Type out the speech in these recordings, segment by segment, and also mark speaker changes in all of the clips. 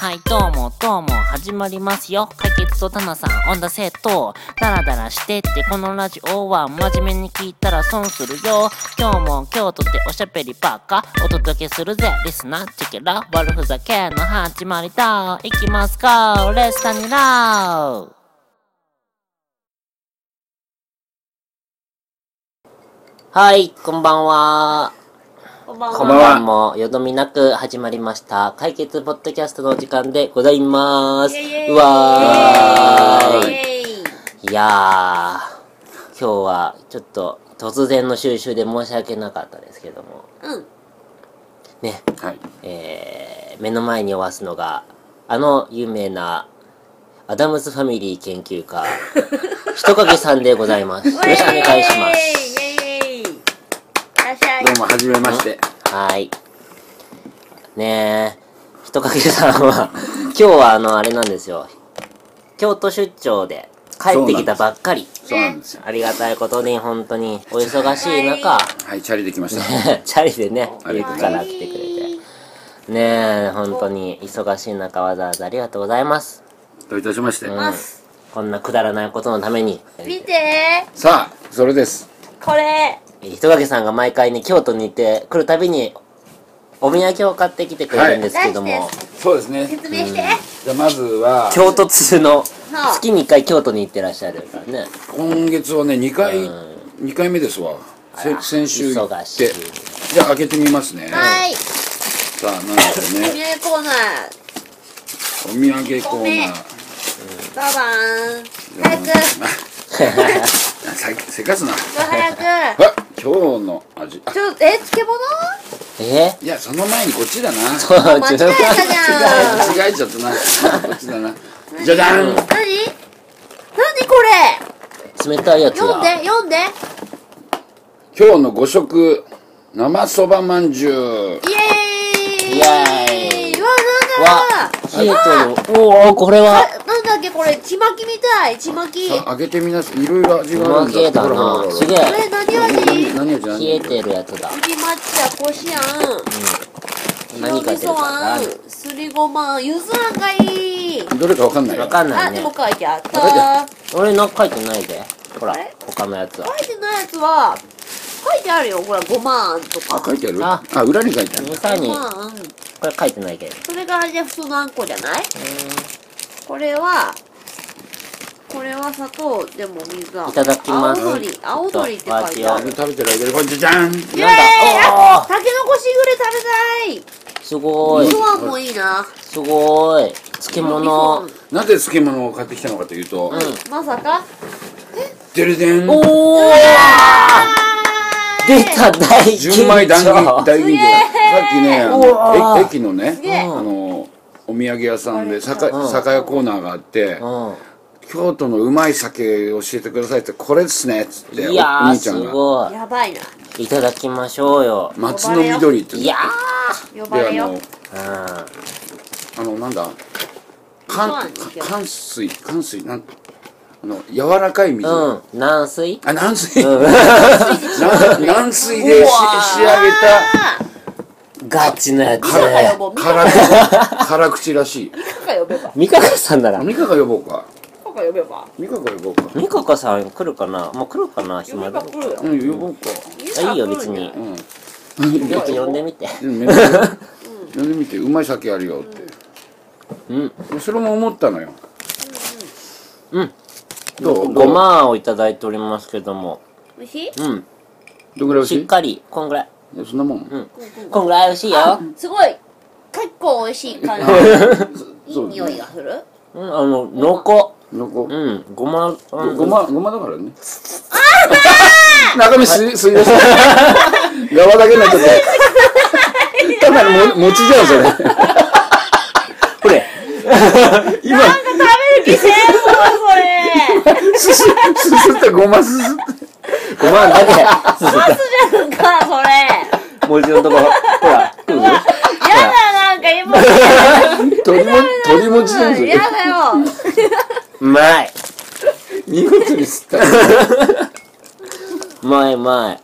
Speaker 1: はいどうもどうも始まりますよ解決とタナさんオンダセットダラダラしてってこのラジオは真面目に聞いたら損するよ今日も今日とっておしゃべりばっかお届けするぜリスナーチェケラ悪ふざけの始まりだいきますかレスタニラーはい、こんばんは。
Speaker 2: こんばんは。
Speaker 1: こんばんも、よどみなく始まりました。解決ポッドキャストのお時間でございます。
Speaker 2: イエイ
Speaker 1: うわー
Speaker 2: イ
Speaker 1: い。
Speaker 2: エイ
Speaker 1: いやー、今日はちょっと突然の収集で申し訳なかったですけども、
Speaker 2: うん。
Speaker 1: ね、
Speaker 3: はい。
Speaker 1: えー、目の前におわすのが、あの有名な、アダムスファミリー研究 家、人影さんでございます。よろしくお願いします。
Speaker 2: イエイイエイいらっしゃい
Speaker 3: ど。うも、はじめまして。
Speaker 1: はい。ねえ、人影さんは、 今日はあの、あれなんですよ。京都出張で帰ってきたばっかり。
Speaker 3: そうなんですよ。
Speaker 1: ありがたいことに、本当に、お忙しい中、
Speaker 3: はい、チャリできました。
Speaker 1: チャリでね、
Speaker 3: あ
Speaker 1: ゆ
Speaker 3: り
Speaker 1: っ
Speaker 3: がとうご
Speaker 1: か
Speaker 3: ざい
Speaker 1: ら
Speaker 3: ます
Speaker 1: 来てくれて。ねえ、本当に、忙しい中、わざわざありがとうございます。
Speaker 3: どういたしまして。
Speaker 2: ます。
Speaker 1: こんなくだらないことのために。
Speaker 2: 見て
Speaker 3: さあ、それです。
Speaker 2: これ。
Speaker 1: 人影さんが毎回ね、京都に行って、来るたびに、お土産を買ってきてくれるんですけど
Speaker 2: はい
Speaker 1: も
Speaker 2: 大好きで、
Speaker 3: そうですね。
Speaker 2: 説明して。
Speaker 3: じゃあ、まずは、
Speaker 1: 京都通の
Speaker 2: はあ
Speaker 1: 月に1回京都に行ってらっしゃるからね
Speaker 3: 今月はね、2回、2回目ですわ。せ先週行
Speaker 1: 忙
Speaker 3: っ
Speaker 1: して い。
Speaker 3: じゃあ、開けてみますね。
Speaker 2: はい。
Speaker 3: さあ、なん
Speaker 2: お
Speaker 3: で
Speaker 2: 土
Speaker 3: ね、
Speaker 2: 産コーナ
Speaker 3: お土産コーナー。
Speaker 2: ー。ババーン。
Speaker 3: じゃあ
Speaker 2: 早く。
Speaker 3: せせかすな。
Speaker 2: うわ早く。
Speaker 3: あ、今日の味。あ
Speaker 2: ちょ、え、漬物
Speaker 1: え
Speaker 3: いや、その前にこっちだな。
Speaker 1: そう
Speaker 2: 間 違えたじゃん。
Speaker 3: 間違えちゃったな。こっちだな。じゃじゃん
Speaker 2: 何何これ
Speaker 1: 冷たいやつ
Speaker 2: 読ん
Speaker 1: だ
Speaker 2: で、読んで。
Speaker 3: 今日の五食、生そばまんじゅう。
Speaker 2: イエーイ
Speaker 1: イエーイ
Speaker 2: うわ、
Speaker 1: わ
Speaker 2: なんだ
Speaker 1: 冷えてるおおこれは
Speaker 2: あなんだっけこれちまきみたいちまき
Speaker 3: さあ開けてみなさいいろいろ味
Speaker 1: う
Speaker 3: がある
Speaker 1: ま
Speaker 3: ん
Speaker 1: げ
Speaker 3: だ
Speaker 1: えだなすげ
Speaker 2: これ
Speaker 1: え
Speaker 2: 何味
Speaker 3: 何
Speaker 2: う
Speaker 3: 何
Speaker 1: 冷
Speaker 3: 味
Speaker 1: え
Speaker 3: 何味
Speaker 1: てるやつだ
Speaker 2: ち抹茶こしあん
Speaker 1: 何
Speaker 2: 白
Speaker 1: か
Speaker 2: 味
Speaker 1: 出
Speaker 2: 噌
Speaker 1: る
Speaker 2: あ
Speaker 1: か
Speaker 2: んすりごまあんゆずあんがいい
Speaker 3: どれかわかんな
Speaker 1: な
Speaker 3: いよ
Speaker 1: わかんな
Speaker 2: あ
Speaker 1: い
Speaker 2: で
Speaker 1: ね
Speaker 2: も書いてあった
Speaker 3: 書いて
Speaker 2: 書
Speaker 1: 俺なんか書いてないでほら
Speaker 2: あれ
Speaker 1: 他のやつはい
Speaker 2: てないやつは書いてあるよほらごまあんと
Speaker 3: あ
Speaker 2: か
Speaker 3: 書いてある
Speaker 1: あ
Speaker 3: あ裏に書いてある
Speaker 1: さら
Speaker 2: ご
Speaker 1: に
Speaker 2: まあん
Speaker 1: これ書いてないけど
Speaker 2: それがあれで普通のあんこじゃないこれはこれは砂糖でも水あん
Speaker 1: いただきます
Speaker 2: 青のり青のりって書いてあ
Speaker 1: ちょっと味
Speaker 2: る
Speaker 1: を
Speaker 3: 食べてる間にこれじゃじゃん
Speaker 2: イエーイ
Speaker 1: なんだ
Speaker 2: あタケノコしぐれ食べ
Speaker 1: すご
Speaker 2: たい
Speaker 1: い
Speaker 2: 味噌あんもいいな
Speaker 1: すごい漬物
Speaker 2: 味噌
Speaker 3: なぜ漬物を買ってきたのかというと
Speaker 2: あんまさか
Speaker 3: でるでん
Speaker 1: おお出た大緊
Speaker 3: 純米大吟
Speaker 1: 張
Speaker 3: 大吟醸ださっきねあ
Speaker 1: うわ
Speaker 3: のえ駅のね
Speaker 2: げえ
Speaker 3: あのお土産屋さんで酒
Speaker 1: うん
Speaker 3: 酒屋コーナーがあって
Speaker 1: うん
Speaker 3: 京都のうまい酒教えてくださいってこれですねっつってお
Speaker 1: いやー
Speaker 3: 兄ち
Speaker 1: す
Speaker 3: ゃんが
Speaker 1: ご
Speaker 2: やばいない
Speaker 1: いただきましょうよ
Speaker 3: 松の緑って
Speaker 1: い
Speaker 3: で
Speaker 1: や
Speaker 2: 呼ば
Speaker 3: あ
Speaker 2: れよ
Speaker 3: の
Speaker 1: ー
Speaker 3: あのなんだ
Speaker 2: そうな
Speaker 3: か
Speaker 2: んです
Speaker 3: ん
Speaker 2: よ
Speaker 3: かん水かん水なんあの柔らかい水、
Speaker 1: うん、うん、軟水
Speaker 3: あ軟水、
Speaker 1: ん
Speaker 3: 軟軟水でし
Speaker 1: うわ
Speaker 3: 仕上げた
Speaker 2: あー
Speaker 1: ガチのやつ
Speaker 2: ミカが 呼ぼうミカ
Speaker 3: 辛
Speaker 2: が
Speaker 3: 口辛口らしい
Speaker 2: 呼べば
Speaker 1: ミカカさんなら
Speaker 3: 美香が呼ぼうか
Speaker 2: ミカが呼べば
Speaker 3: 美香が呼ぼうか
Speaker 1: ミカカさん来るかなもう来るかな
Speaker 2: 呼
Speaker 1: 暇
Speaker 2: べ
Speaker 1: だ
Speaker 2: ば来るよ
Speaker 3: うん呼ぼうか
Speaker 1: あいいよ別に
Speaker 3: うん
Speaker 1: ちょっと呼んでみて
Speaker 3: うんめっちゃ呼んでみてうまい酒あるよって、
Speaker 1: うん
Speaker 3: それも思ったのよ
Speaker 1: うん
Speaker 3: どう
Speaker 1: ごまをいただいておりますけども
Speaker 2: おいしい
Speaker 1: うん
Speaker 3: どんぐらい美味
Speaker 1: し
Speaker 3: し
Speaker 1: っ
Speaker 3: い
Speaker 1: かりこんぐらい
Speaker 3: えそんなもん、
Speaker 1: んこんぐらい美味しいよ
Speaker 2: すごい結構おいしい感じいい
Speaker 3: そう
Speaker 2: 匂いがする
Speaker 1: うんあの濃
Speaker 3: のこ
Speaker 1: 厚うんごまうん
Speaker 3: ごま、ごまだからね。中身す、すいません。側だけになっちゃって。ただのも、餅じゃん、それ。
Speaker 1: これ
Speaker 3: 今、
Speaker 2: 食べる気せんもんそれ
Speaker 3: すす、すすったごますすって。
Speaker 1: ごまだけす
Speaker 2: 嘘じゃんかそれ
Speaker 1: もう一度のとこほら来る
Speaker 2: やだなんか今
Speaker 3: 鳥も、鳥餅じゃん、それ
Speaker 2: や。だよ
Speaker 1: うまい
Speaker 3: 見事にすった。
Speaker 1: うまいうまい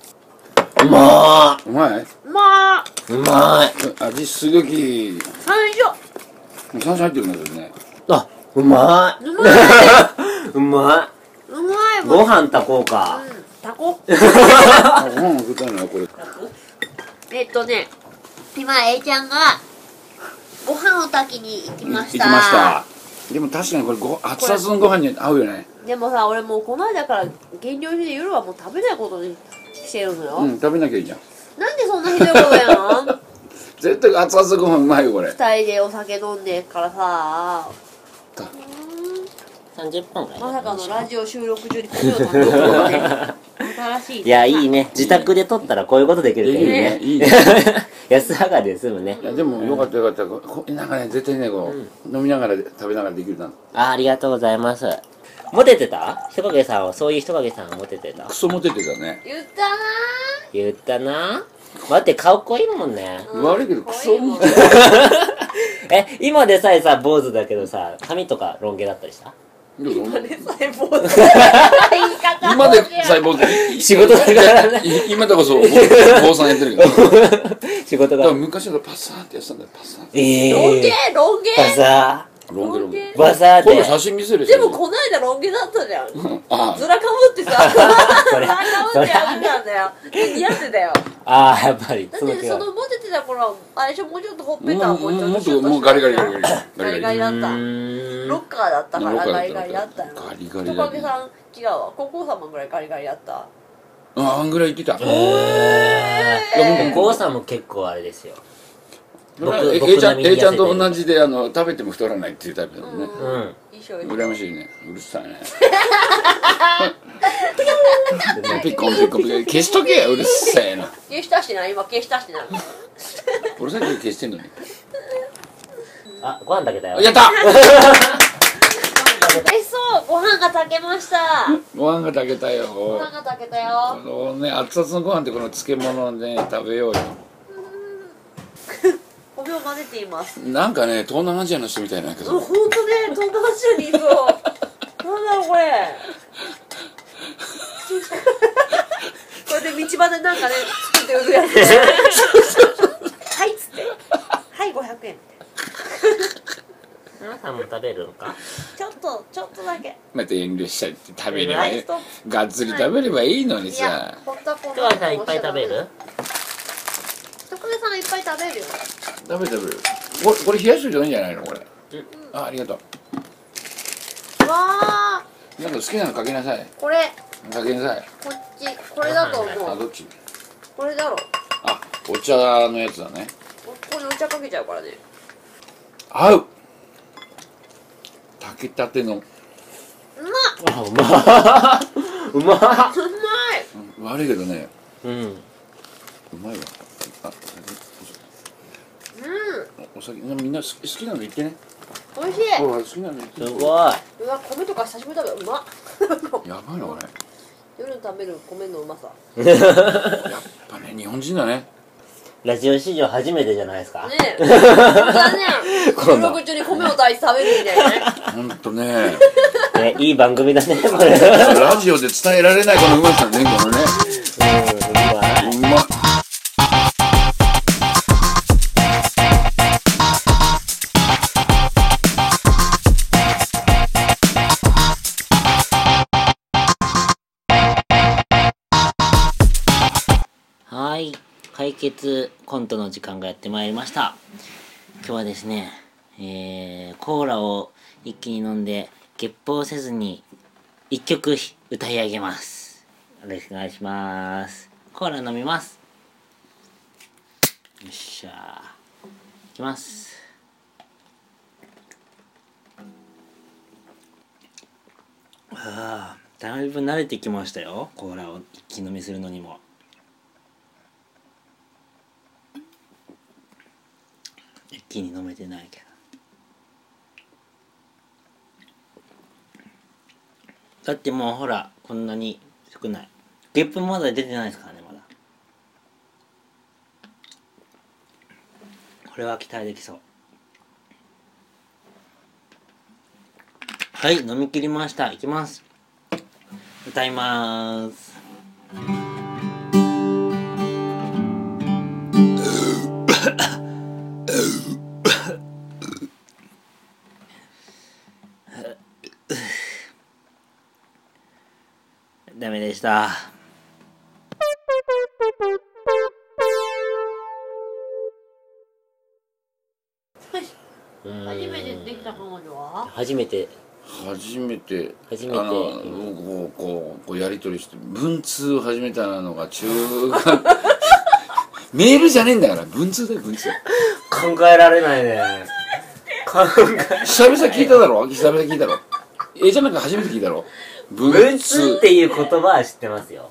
Speaker 1: うま
Speaker 3: お前、
Speaker 2: まあ
Speaker 1: いうまい
Speaker 3: 味すごき、
Speaker 2: 最初
Speaker 3: 山椒入ってるね、それね。
Speaker 1: あ、うま
Speaker 2: うまい
Speaker 1: い。 うま
Speaker 2: うま
Speaker 1: い。
Speaker 2: いもん
Speaker 1: ご
Speaker 2: うん
Speaker 1: 飯炊こう か。
Speaker 2: タコ
Speaker 3: あ、ご飯食べたいな、これ。
Speaker 2: えっとね今 A ちゃんがご飯を炊きに行きま
Speaker 3: 行
Speaker 2: し
Speaker 3: き
Speaker 2: た
Speaker 3: ました。でも確かにこれご、熱々のご飯に合うよね。
Speaker 2: でもさ俺もうこの間から減量して夜はもう食べないことにしてるのよ、
Speaker 3: うん、食べなきゃいいじゃん。
Speaker 2: なんでそんなひどいことやの
Speaker 3: 絶対熱々ご飯うまいよ、これ。
Speaker 2: 二人でお酒飲んでっからさ
Speaker 3: だ
Speaker 4: 30分ぐらい
Speaker 2: まさかのラジオ収録中にこれを食べるとはね新し い
Speaker 1: いや、いいね。自宅で取ったらこういうことできるからいいね。
Speaker 3: いいねいい
Speaker 1: 安上がりで済むね
Speaker 3: い。や、でもよかったよかった。ここなんかね、絶対ね、こう、飲みながら食べながらできるな。
Speaker 1: あありがとうございます。モテてた人影さんは、そういう人影さんはモテてた
Speaker 3: クソモテてたね。
Speaker 2: 言ったな
Speaker 1: 言ったな。待って、顔濃いもんね。
Speaker 2: うん
Speaker 3: 悪いけど、クソモテ
Speaker 2: 可愛いもん
Speaker 1: え、今でさえさ、坊主だけどさ、髪とかロン毛だったりした
Speaker 3: ど うぞ
Speaker 2: あれ細胞だ言い方
Speaker 3: 今で細胞
Speaker 1: 仕事だからね。
Speaker 3: い今でこそ坊さんやってるけどだ
Speaker 1: 仕事
Speaker 3: から
Speaker 1: が。
Speaker 3: 昔はパサーってやってたんだよパサーって
Speaker 1: ええ
Speaker 2: ロン毛ロン毛
Speaker 1: バサ
Speaker 3: ロンゲロンゲ
Speaker 1: ー。バサー
Speaker 3: 今
Speaker 1: で
Speaker 3: 度。写真見せる
Speaker 2: でもこの間ロン毛だったじゃん
Speaker 3: うんあ
Speaker 2: ずらかぶってさずらかぶってやってたんだよ似合ってたよ
Speaker 1: ああ、やっぱり。
Speaker 2: だっ
Speaker 1: その
Speaker 2: て
Speaker 1: 毛
Speaker 2: そ
Speaker 1: が
Speaker 2: のモテてた頃はあれでしょもうちょっとほっぺた
Speaker 3: あ
Speaker 2: をも
Speaker 3: も
Speaker 2: う
Speaker 3: う
Speaker 2: ちょっ
Speaker 3: も
Speaker 2: と
Speaker 3: っ
Speaker 2: シュッ
Speaker 3: と
Speaker 2: と
Speaker 3: もうガリガリガリガリ
Speaker 2: ガリガリ
Speaker 1: う
Speaker 2: だった
Speaker 1: ーん
Speaker 2: ロッカーだったから
Speaker 3: ロッカーだった
Speaker 2: ガリガリだったよ
Speaker 3: ガリガリだ
Speaker 2: ト
Speaker 3: った
Speaker 2: カゲさん違うわ高校様ぐらいガリガリだった
Speaker 3: ああんぐらい言ってた
Speaker 1: え
Speaker 3: いや
Speaker 1: ー。お
Speaker 3: もう
Speaker 1: 父さんも結構あれですよ。僕
Speaker 3: え
Speaker 1: 僕
Speaker 3: A ちゃ
Speaker 1: 並
Speaker 3: ん
Speaker 1: みに
Speaker 3: A ちゃんと
Speaker 1: 痩せてる
Speaker 3: 同じであの食べても太らないっていうタイプだもんね
Speaker 1: うん。
Speaker 2: 衣装
Speaker 3: 羨ましいねうるさい ねピッコンピッコンピッコン消しとけようるさいな
Speaker 2: 消し足してない今消し足してないう
Speaker 3: るさいけど消してんのに
Speaker 1: あ、ご飯だけだよ。
Speaker 3: やった
Speaker 2: えそうご飯が炊けました
Speaker 3: ご飯が炊けたよ
Speaker 2: ご飯が炊けた
Speaker 3: こ
Speaker 2: よ
Speaker 3: のね熱々のご飯でこの漬物をね食べようよ
Speaker 2: 米を混ぜています
Speaker 3: なんかね東南アジアの人みたいなんだけ
Speaker 2: うん
Speaker 3: ど
Speaker 2: ほんとね東南アジアにいそうなんだろうこれこれで道端でなんかね作って売るやつはいっつってはい500円
Speaker 1: 皆さんも食べるんか
Speaker 2: ちょっとちょっとだけ
Speaker 3: また遠慮しちゃって食べれば
Speaker 2: はい
Speaker 3: い
Speaker 2: いストッ
Speaker 3: がっつり食べればいいのに
Speaker 2: プい
Speaker 3: さ
Speaker 2: やホントはこん
Speaker 1: 今
Speaker 2: な
Speaker 1: 日さんいっぱい食べる
Speaker 2: 徳田さんいっぱい食べるよ
Speaker 3: 食べ食べるこれこれ冷やしといてもいいんじゃないのこれあありがと
Speaker 2: わあ
Speaker 3: うなんか好きなのかけなさい
Speaker 2: これ
Speaker 3: かけなさい
Speaker 2: こっちこれだと
Speaker 3: あ
Speaker 2: 思う
Speaker 3: どっち
Speaker 2: これだろ
Speaker 3: あお茶のやつだね
Speaker 2: ここにお茶かけちゃうからね
Speaker 3: 合う炊きたての
Speaker 2: うまっ
Speaker 1: あ、うまうま
Speaker 2: うまい
Speaker 3: うん悪いけどね
Speaker 1: うん。
Speaker 3: うまいわあ
Speaker 2: う
Speaker 3: お酒みんな好き好きなの言ってね
Speaker 2: ん美味しい
Speaker 3: ほら好きなの言って
Speaker 1: すごい。
Speaker 2: うわ米とか久しぶりだけどうまっ
Speaker 3: やばいなこれ
Speaker 2: 夜に食べる米のうまさ
Speaker 3: やっぱね日本人だね
Speaker 1: ラジオ史上初めてじゃないですか
Speaker 2: ねえ本当だね
Speaker 1: こ
Speaker 2: 収
Speaker 1: んな
Speaker 2: 録中に米を炊いて食べるみたいなね
Speaker 3: ほんとね
Speaker 1: ね、いい番組だね、これ。 うん、
Speaker 3: ラジオで伝えられないこのうまさねこのねうまっ
Speaker 4: はい解決コントの時間がやってまいりました今日はですねえー、コーラを一気に飲んでゲップをせずに一曲歌い上げますよろしくお願いしますコーラ飲みますよっしゃーいきますあーだいぶ慣れてきましたよコーラを一気飲みするのにも一気に飲めてないけどだってもうほらこんなに少ないゲップもまだ出てないですからねまだこれは期待できそうはい飲み切りましたいきます歌いまーす
Speaker 1: した。うん
Speaker 2: 初めてできた彼女は
Speaker 1: 初めて。
Speaker 3: 初めて
Speaker 1: 初めて
Speaker 3: あの僕こうこうこうやり取りして文通を始めたのが中 学メールじゃねえんだから文通だよ文通
Speaker 1: 考えられないね。考え。
Speaker 3: 久々聞いただろ久々聞いたろえじゃなんか初めて聞いたろ
Speaker 1: 文通っていう言葉は知ってますよ。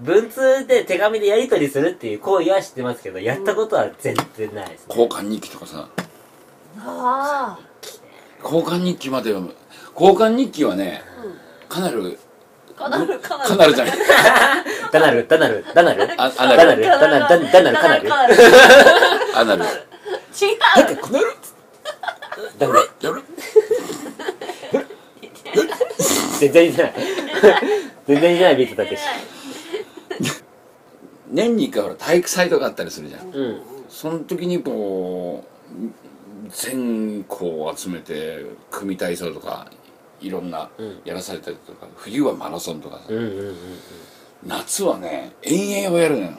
Speaker 1: 文通で手紙でやり取りするっていう行為は知ってますけど、やったことは全然ないですね。
Speaker 3: 交換日記とかさ
Speaker 2: あ
Speaker 3: 交換日記まで読む交換日記はねかなり
Speaker 2: あかなるかなる
Speaker 3: かなりじゃない
Speaker 1: ダナル、ダナル、ダナル。
Speaker 3: あ
Speaker 1: ダ
Speaker 3: あ
Speaker 1: ナ
Speaker 3: な
Speaker 1: ル、
Speaker 3: る
Speaker 1: ダナル、ダナル、ダナル、ダナル。
Speaker 2: かなる
Speaker 3: あなる
Speaker 2: 違う
Speaker 1: なんかこのダナル、
Speaker 3: やる
Speaker 1: 全然似てない。 全然似てないビートたけし。
Speaker 3: 年に一回ほら体育祭とかあったりするじゃん
Speaker 1: うん。
Speaker 3: その時にこう全校を集めて組体操とかいろんな
Speaker 1: うん
Speaker 3: やらされたりとか、冬はマラソンとかさ、
Speaker 1: うんうんうんうん。
Speaker 3: 夏はね遠泳をやるのよ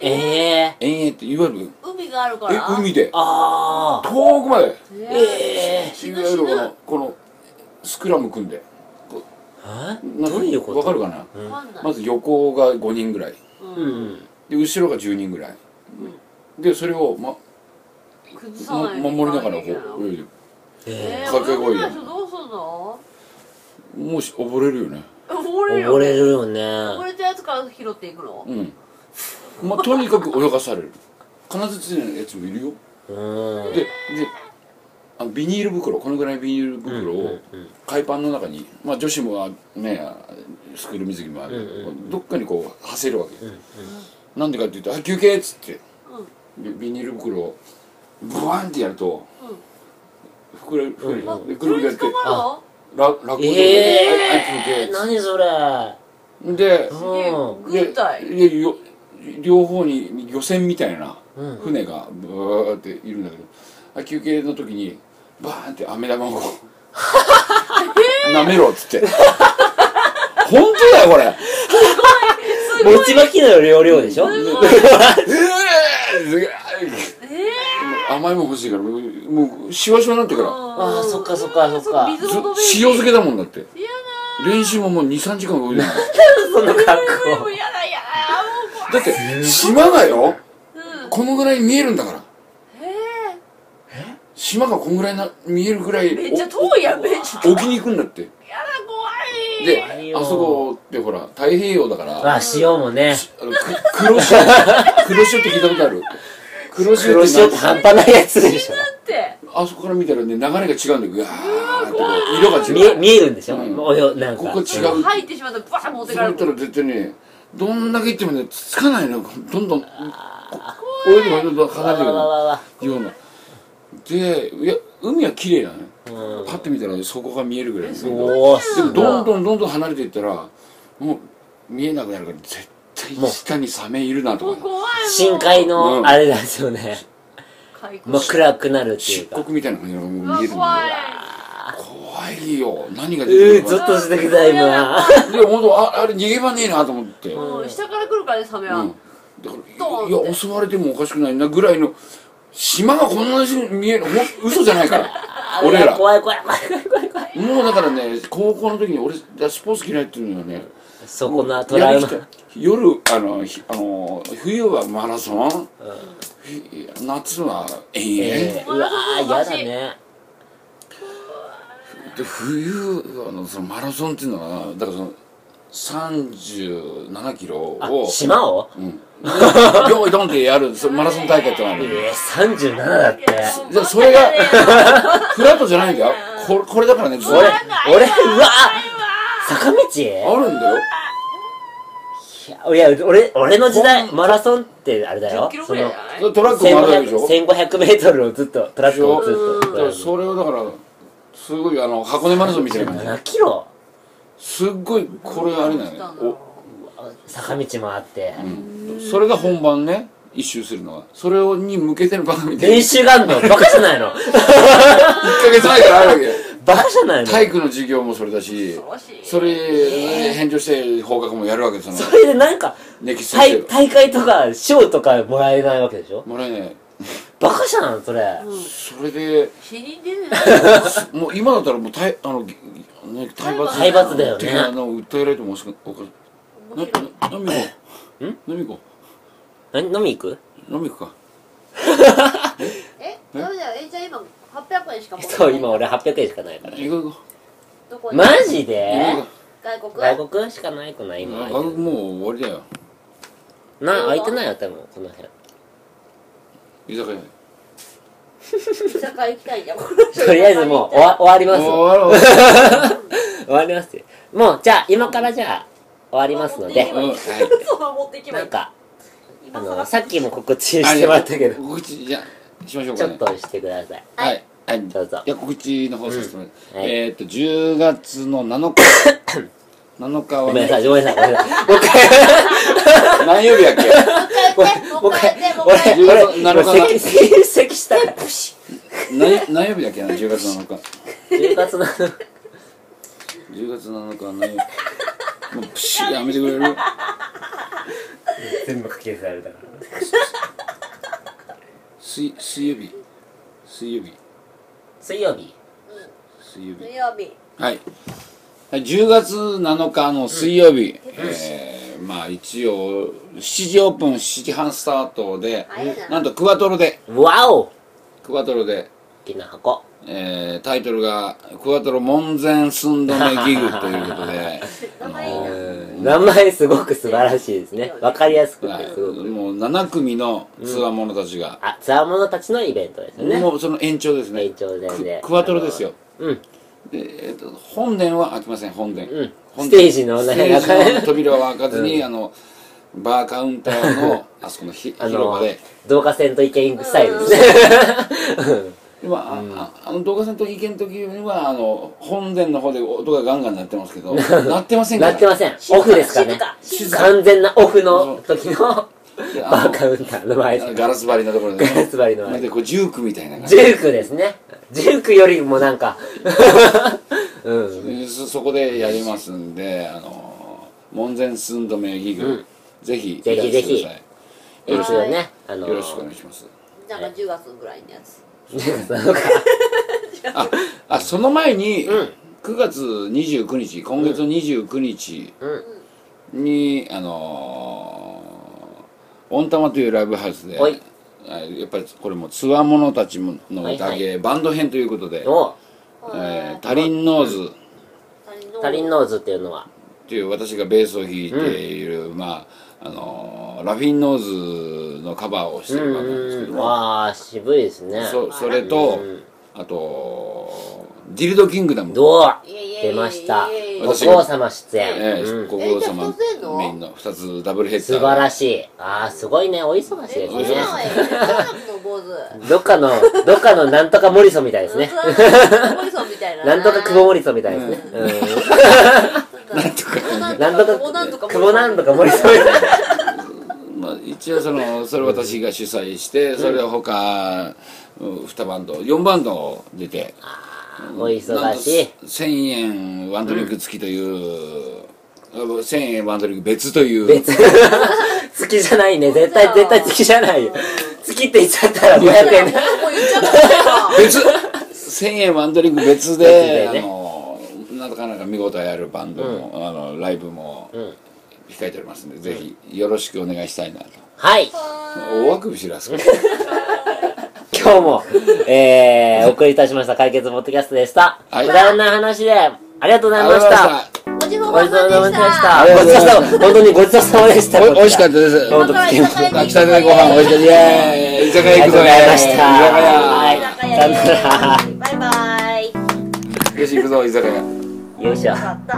Speaker 1: ええー。
Speaker 3: 遠泳っていわゆる
Speaker 2: 海があるか
Speaker 3: え
Speaker 2: ら
Speaker 3: 海で
Speaker 1: ああ。
Speaker 3: 遠くまで
Speaker 2: ええ
Speaker 3: い
Speaker 2: 死
Speaker 3: わ
Speaker 2: ぬ
Speaker 3: ゆ
Speaker 2: 死
Speaker 3: るこ
Speaker 2: ぬ
Speaker 3: のこのスクラム組んで
Speaker 1: え
Speaker 3: なんか
Speaker 1: どういうこと
Speaker 3: わかるかな
Speaker 2: わかんない
Speaker 3: まず横が5人ぐらい
Speaker 1: うんうん。
Speaker 3: で後ろが10人ぐらい、でそれを、ま、
Speaker 2: 崩さ
Speaker 3: ま
Speaker 2: ない
Speaker 3: 守りながらこう泳いで
Speaker 1: え
Speaker 2: え
Speaker 3: 掛け声
Speaker 2: ー、泳げない人どうすんの
Speaker 3: もうし溺れるよね
Speaker 2: 溺
Speaker 1: え
Speaker 2: れる
Speaker 1: 溺
Speaker 2: よ
Speaker 1: れ
Speaker 2: ね
Speaker 1: るよ
Speaker 2: 溺
Speaker 1: ね。
Speaker 2: れたやつから拾っていくの
Speaker 3: うんまとにかく泳がされる金槌のやつもいるよ
Speaker 1: うん。
Speaker 3: でであのビニール袋このぐらいのビニール袋
Speaker 1: うんう
Speaker 3: を
Speaker 1: んうん
Speaker 3: 海パンの中に、まあ、女子もねスクール水着もあるけど、どっかにこうはせるわけ、なんでかっていうと「あ休憩」っつって
Speaker 2: うん
Speaker 3: でビニール袋をブワンってやると膨れ膨れ、
Speaker 1: うんうん
Speaker 3: でくる
Speaker 2: そ
Speaker 3: くる
Speaker 2: れ
Speaker 3: やっ
Speaker 2: に
Speaker 3: て
Speaker 2: 捕まるの
Speaker 3: ララッコで、
Speaker 1: え
Speaker 3: あい
Speaker 1: え
Speaker 3: つ
Speaker 1: 何それ。
Speaker 3: の手で
Speaker 2: すげえ
Speaker 1: うん。
Speaker 2: 軍隊
Speaker 3: ででよ両方に漁船みたいな
Speaker 1: うん
Speaker 3: 船がブーっているんだけど、あ休憩の時にバーンって飴玉をこう舐めろっつって本当だよこ れ
Speaker 1: 餅巻きの量量でしょ
Speaker 3: うえー
Speaker 2: ええ
Speaker 3: 甘いもん欲しいからもうシワシワになってから
Speaker 1: ああ、そっかそっかそっか。
Speaker 2: 水
Speaker 3: ず
Speaker 2: も
Speaker 3: 塩
Speaker 2: 飲
Speaker 3: 漬けだもんだって
Speaker 2: める嫌
Speaker 3: 練習ももう23時間動いてない
Speaker 1: その格
Speaker 2: だも
Speaker 1: 好
Speaker 2: う。嫌だ嫌だもう怖い
Speaker 3: だって島がよ
Speaker 2: うん
Speaker 3: このぐらい見えるんだから
Speaker 2: え
Speaker 3: 島がこんぐらいな見えるぐらい
Speaker 2: えめっちゃ遠いやんめっちゃ
Speaker 3: お沖に行くんだって
Speaker 2: 嫌だ怖い
Speaker 3: で
Speaker 1: いいよ
Speaker 3: あそこってほら太平洋だからあ
Speaker 1: あ、塩もね。
Speaker 3: のく黒潮 黒潮って聞いたことある黒潮
Speaker 1: 黒
Speaker 3: って
Speaker 1: 塩
Speaker 3: な
Speaker 1: って半端ないやつでしょ。
Speaker 2: って
Speaker 3: あそこから見たらね流れが違うんだよぐわーってこう色が
Speaker 1: 見
Speaker 3: 違
Speaker 1: え、
Speaker 3: う
Speaker 1: 見えるんでしょ
Speaker 3: うん
Speaker 1: およ、なんか。
Speaker 3: ここ違う
Speaker 2: 入ってしまったらバーン持って
Speaker 3: そう
Speaker 2: か
Speaker 3: や
Speaker 2: れ
Speaker 3: ったら
Speaker 2: る
Speaker 3: 絶対ねどんだけ行ってもねつかないのどんどんこ泳いでもどんどん離れていく
Speaker 1: わわ
Speaker 3: の
Speaker 1: わわ。
Speaker 3: ようなでいや海は綺麗なのよ
Speaker 1: うん。
Speaker 3: パッて見たらそこが見えるぐらいなんだけど
Speaker 1: おー、す
Speaker 3: でもどん
Speaker 1: ごい。
Speaker 3: どんどんどん離れていったらもう見えなくなるから絶対下にサメいるなと
Speaker 2: もう
Speaker 3: か、ね、
Speaker 2: 怖いもん
Speaker 1: 深海
Speaker 3: う
Speaker 1: の、
Speaker 3: ん
Speaker 1: あれなんですよね。
Speaker 2: 海
Speaker 1: もう暗くなるってい
Speaker 3: 漆
Speaker 1: うか。
Speaker 3: 黒みたいな感じのがもう
Speaker 2: うわ
Speaker 3: 見えるの
Speaker 2: 怖い
Speaker 3: 怖いよ何が
Speaker 1: う
Speaker 3: 出て
Speaker 1: ー、
Speaker 3: くる
Speaker 1: ゾ
Speaker 3: か
Speaker 1: ッとしてきた、今。
Speaker 3: いや本当ああれ逃げ場ねえなと思って、うん
Speaker 2: うん下から来るからねサメは
Speaker 3: だからい
Speaker 2: ドーンっ
Speaker 3: や
Speaker 2: て
Speaker 3: 襲われてもおかしくないなぐらいの島がこんなに見えるほん嘘じゃないから俺らも
Speaker 1: 怖い怖い怖い怖い怖い怖い。
Speaker 3: うだからね高校の時に俺スポーツ嫌いっていうのはね
Speaker 1: そこのト
Speaker 3: や
Speaker 1: ラウ
Speaker 3: る
Speaker 1: マ
Speaker 3: 人。夜あのひあの冬はマラソン、ひ夏は遠泳、
Speaker 1: えーうわー、やだね。
Speaker 3: で冬あのそのマラソンっていうのはだからその37キロ
Speaker 1: あ
Speaker 3: を、
Speaker 1: 島を
Speaker 3: うん、よいどんってやるそのマラソン大会ってのがあるの
Speaker 1: えー、37だって。
Speaker 3: じゃあそれがフラットじゃないんだよこれこれだからねずっと
Speaker 1: 俺、
Speaker 3: あ
Speaker 1: 俺、うわ坂道
Speaker 3: るんだよ
Speaker 1: いや、俺、俺の時代、
Speaker 3: ほん
Speaker 1: マラソンってあれだよ。
Speaker 2: 10キロ
Speaker 1: そ
Speaker 2: ぐら
Speaker 1: の
Speaker 2: いじゃない
Speaker 3: トラックもあるでしょ
Speaker 1: 1500メートルをずっと、トラックをずっ
Speaker 3: だから
Speaker 1: と。
Speaker 3: それをだからすごいあの箱根マラソンみたいな感じ
Speaker 1: 7キロ
Speaker 3: すっごいこれあれだ
Speaker 2: 来た
Speaker 3: よ
Speaker 2: ん
Speaker 3: ね
Speaker 2: だ
Speaker 3: お
Speaker 2: ろ
Speaker 1: 坂道もあって。
Speaker 3: それが本番ね一周するのはそれをに向けてのバカみたいな
Speaker 1: 練習があんのバカじゃないの
Speaker 3: 1ヶ月前からあるわけ
Speaker 1: バカじゃないの
Speaker 3: 体育の授業もそれだし
Speaker 2: 恐ろしい
Speaker 3: それ返上して放課後もやるわけですよ
Speaker 1: それでなんか、
Speaker 3: 歴史
Speaker 1: 大
Speaker 3: 先生
Speaker 1: 大会とか賞とかもらえないわけでしょ
Speaker 3: もらえない
Speaker 1: バカじゃんそれ、
Speaker 3: それで
Speaker 2: 死に出ない
Speaker 3: もう今だったらもう体あのぎね体罰
Speaker 1: 体罰だよね
Speaker 3: 的なのを訴えられてもおかしくおかし
Speaker 2: 面
Speaker 3: くなな飲み行こう飲み行こ
Speaker 1: 何飲み行く
Speaker 3: う飲み行くか
Speaker 2: えダメだよえじゃあ今800円しか持ってない
Speaker 1: そう今俺800円しかないから
Speaker 3: 行こう行こ
Speaker 2: どこに
Speaker 1: マジで
Speaker 3: う
Speaker 2: 外国
Speaker 1: 外国しかないくない今
Speaker 3: 外国もう終わりだよ
Speaker 1: な空いてないよ多分この辺
Speaker 3: 居酒屋
Speaker 2: 居酒屋行きたいじゃん
Speaker 1: とりあえずもう終わ終わります
Speaker 3: もう終わ ろう
Speaker 1: 終わりますよもうじゃあ今からじゃあ終わりますので
Speaker 3: うんはい
Speaker 2: そのまま持っていけばい
Speaker 1: ないんかあ
Speaker 2: 今
Speaker 1: の
Speaker 2: 探
Speaker 1: さっ
Speaker 2: す
Speaker 1: きも告知 してもらったけ
Speaker 3: あ
Speaker 1: ど
Speaker 3: じゃあ告知じゃあしましょう
Speaker 1: ち
Speaker 3: か
Speaker 1: ょ
Speaker 3: ね
Speaker 1: っとしてください
Speaker 3: はい、はい、
Speaker 1: どうぞ
Speaker 3: じゃあ告知の方させてもらいます、
Speaker 1: うんはい
Speaker 3: えーっと10月の7日 7日
Speaker 1: ごめ
Speaker 3: は
Speaker 1: んな
Speaker 3: ね
Speaker 1: さいごめんなさいごめんなさいもう一回
Speaker 3: 何曜日やっけ
Speaker 2: もう一回やってもう一回やってもう一回やって
Speaker 3: 俺
Speaker 1: 俺
Speaker 3: なるほど
Speaker 1: 俺咳咳したから
Speaker 3: 何何曜日だっけな10月7日
Speaker 1: 10月なの
Speaker 3: 10月7日は何曜日もうプシッやめてくれる
Speaker 1: 全部書き消されたから
Speaker 3: 水水曜日水曜日
Speaker 1: 水曜日
Speaker 3: 水曜日
Speaker 2: 水曜日
Speaker 3: はい、はい、10月7日の水曜日、えーまあ一応7時オープン7時半スタートで
Speaker 2: 早いな
Speaker 3: なんとクワトロで
Speaker 1: わお
Speaker 3: クワトロで
Speaker 1: 大きな箱
Speaker 3: えータイトルが「クワトロ門前寸止めギグ」ということ で
Speaker 2: 名前いいな
Speaker 1: 名前すごく素晴らしいですねわかりやすく
Speaker 3: は
Speaker 1: てす
Speaker 3: い
Speaker 1: ごく
Speaker 3: もう7組のツアー者たちが、
Speaker 1: あツアー者たちのイベントですよね
Speaker 3: もうその延長ですね
Speaker 1: 延長戦で
Speaker 3: ククワトロですよ
Speaker 1: うん
Speaker 3: で、えーと本殿は開きません本殿、
Speaker 1: うん
Speaker 3: 本
Speaker 1: ステージの
Speaker 3: ス
Speaker 1: ね
Speaker 3: テージの扉は開かずに、あのバーカウンター のあそこのひ
Speaker 1: あ
Speaker 3: 広場
Speaker 1: の
Speaker 3: で
Speaker 1: 導火線と意見スタイルですね
Speaker 3: 今あ,あ、あの動画さんと意見の時にはあの本殿の方で音がガンガン鳴ってま すけど鳴ってませんから
Speaker 1: なってませんオフですからね
Speaker 2: 静か
Speaker 1: 完全なオフの時の
Speaker 3: であ
Speaker 1: バ
Speaker 3: の
Speaker 1: ーカウンターの前
Speaker 3: ガラス張りのところで
Speaker 1: ガラス張りの前
Speaker 3: でこうジュークみたいな感
Speaker 1: ジュークですねジュークよりもなんか うん
Speaker 3: でそそこでやりますんであの門前寸止めギグ、ぜひ
Speaker 1: ぜひぜひ
Speaker 3: いらして
Speaker 1: いいですよねあ
Speaker 3: く
Speaker 1: の
Speaker 3: ださいよろしくお願いします
Speaker 2: なんか10月ぐらいのやつ
Speaker 1: そうか
Speaker 3: ああその前に、
Speaker 1: うん
Speaker 3: 9月29日今月29日
Speaker 1: うん
Speaker 3: に、あのー「オンタマ」というライブハウスで
Speaker 1: おい
Speaker 3: あやっぱりこれもツアー者たちの
Speaker 1: はい
Speaker 3: 宴、
Speaker 1: はい
Speaker 3: バンド編ということで
Speaker 1: お
Speaker 3: 「えータリンノーズ」
Speaker 1: タリンノーズっていうのは
Speaker 3: っていう私がベースを弾いている、まああのーラフィンノーズのカバーをしてるわけなんですけど
Speaker 1: うん
Speaker 3: も
Speaker 1: わあ渋いですね
Speaker 3: そそれと
Speaker 1: ん
Speaker 3: あと「ディルド・キングダム」
Speaker 1: どう
Speaker 2: いえいえいえいえいえ
Speaker 1: 出ました
Speaker 2: 私
Speaker 1: ご
Speaker 3: が
Speaker 1: 苦労様出演、
Speaker 3: ええ
Speaker 1: うん
Speaker 3: ご苦労
Speaker 2: え
Speaker 3: 様
Speaker 2: じゃあ二つ出んの
Speaker 3: メインの2つダブルヘッダー
Speaker 1: 素晴らしいああすごいねお忙しい
Speaker 2: え
Speaker 1: で
Speaker 2: ー
Speaker 1: す
Speaker 2: そう
Speaker 1: ね
Speaker 2: じゃないの坊主
Speaker 1: どっかのどっかのなんとかモリソンみたいですね
Speaker 2: モリソンみたいな
Speaker 1: なんとか久保モリソンみたいですね、
Speaker 2: なん
Speaker 1: う
Speaker 2: と
Speaker 1: ん、
Speaker 2: か
Speaker 1: なんとか
Speaker 2: なんとか
Speaker 1: 久保なんとかモリソンみたいな
Speaker 3: まあ、 一応そのそれ私が主催して、それ他2バンド4バンド出て
Speaker 1: お忙しい
Speaker 3: なんと1000円ワンドリンク付きという、あ1000円ワンドリンク別という
Speaker 1: 別月じゃないね絶対絶対月じゃないよ月って言っちゃったら500円 だ
Speaker 2: もう言っちゃった
Speaker 3: 別1000円ワンドリンク別で
Speaker 1: 別でね
Speaker 3: あのなかなか見応えあるバンドも、あのライブも控えておりますんで、ぜひよろしくお願いしたいなと、
Speaker 1: はい
Speaker 3: おあくびしらすから
Speaker 1: 今日も、えー、お送りいたしました解決ポッドキャストでした。
Speaker 3: はい
Speaker 1: 無駄な話で、ありがとうございました。
Speaker 2: ごちそう
Speaker 1: ごちそう
Speaker 2: さ
Speaker 1: さ
Speaker 2: ま
Speaker 1: ま
Speaker 2: で
Speaker 1: で
Speaker 2: し
Speaker 1: したた。ごちそうさま、本当にごちそうさまでした。
Speaker 3: お美味しかったです
Speaker 1: 本当に
Speaker 3: 炊きたてご飯美味しかったイエーイ居酒
Speaker 1: あ
Speaker 3: 屋
Speaker 1: り
Speaker 3: 行
Speaker 1: がとう
Speaker 3: くぞ
Speaker 1: ございました。
Speaker 3: 居酒屋
Speaker 1: はい。さよなら。
Speaker 2: バイバイ
Speaker 3: よし行くぞ居酒屋
Speaker 1: よいしょ。
Speaker 2: やった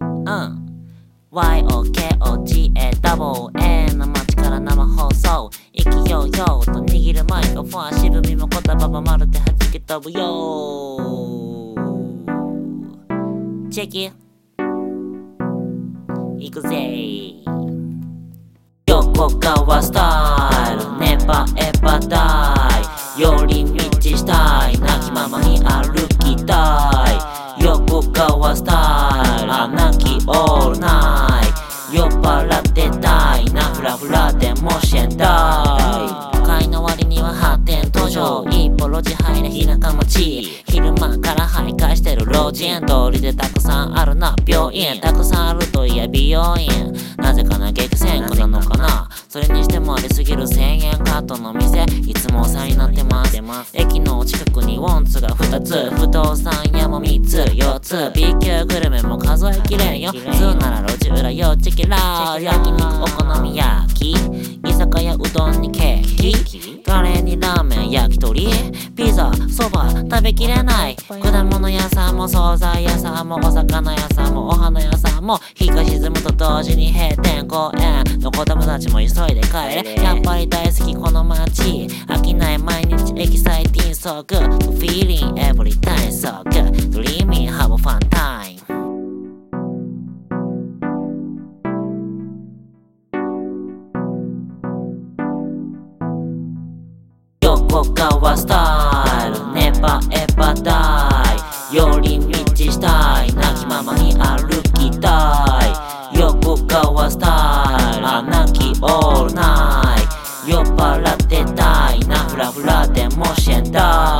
Speaker 4: うん YOKOGAWN の街から生放送勢いようと握るマイクフォン渋みも言葉もまるで弾け飛ぶよチェキ行くぜ横川スタイル Never ever die 寄り道したい泣きままに歩き路地入れ田舎町昼間から徘徊してる老人通りでたくさんあるな病院たくさんあるといえ美容院なぜかな激戦区なのかなそれにしてもありすぎる1000円カートの店いつもお世話になってます駅の近くにウォンツが2つ不動産屋も3つ4つ B 級グルメも数えきれんよ通なら路地裏よチキラー焼肉お好み焼き居酒屋うどんにケーキカレーにラーメン焼き鳥ピザそば食べきれない果物屋さんも惣菜屋さんもお魚屋さんもお花屋さんも日が沈むと同時に閉店公園の子供たちも急いで帰れやっぱり大好きこの街飽きない毎日エキサイティンソーグフィーリンエブリタイムソーグ Dreamy have a fun time 横川スタイル Never ever die 寄り道したい泣きままに歩きたい横川スタイルあ泣きオールナイト酔っ払ってたいなフラフラでもしんだ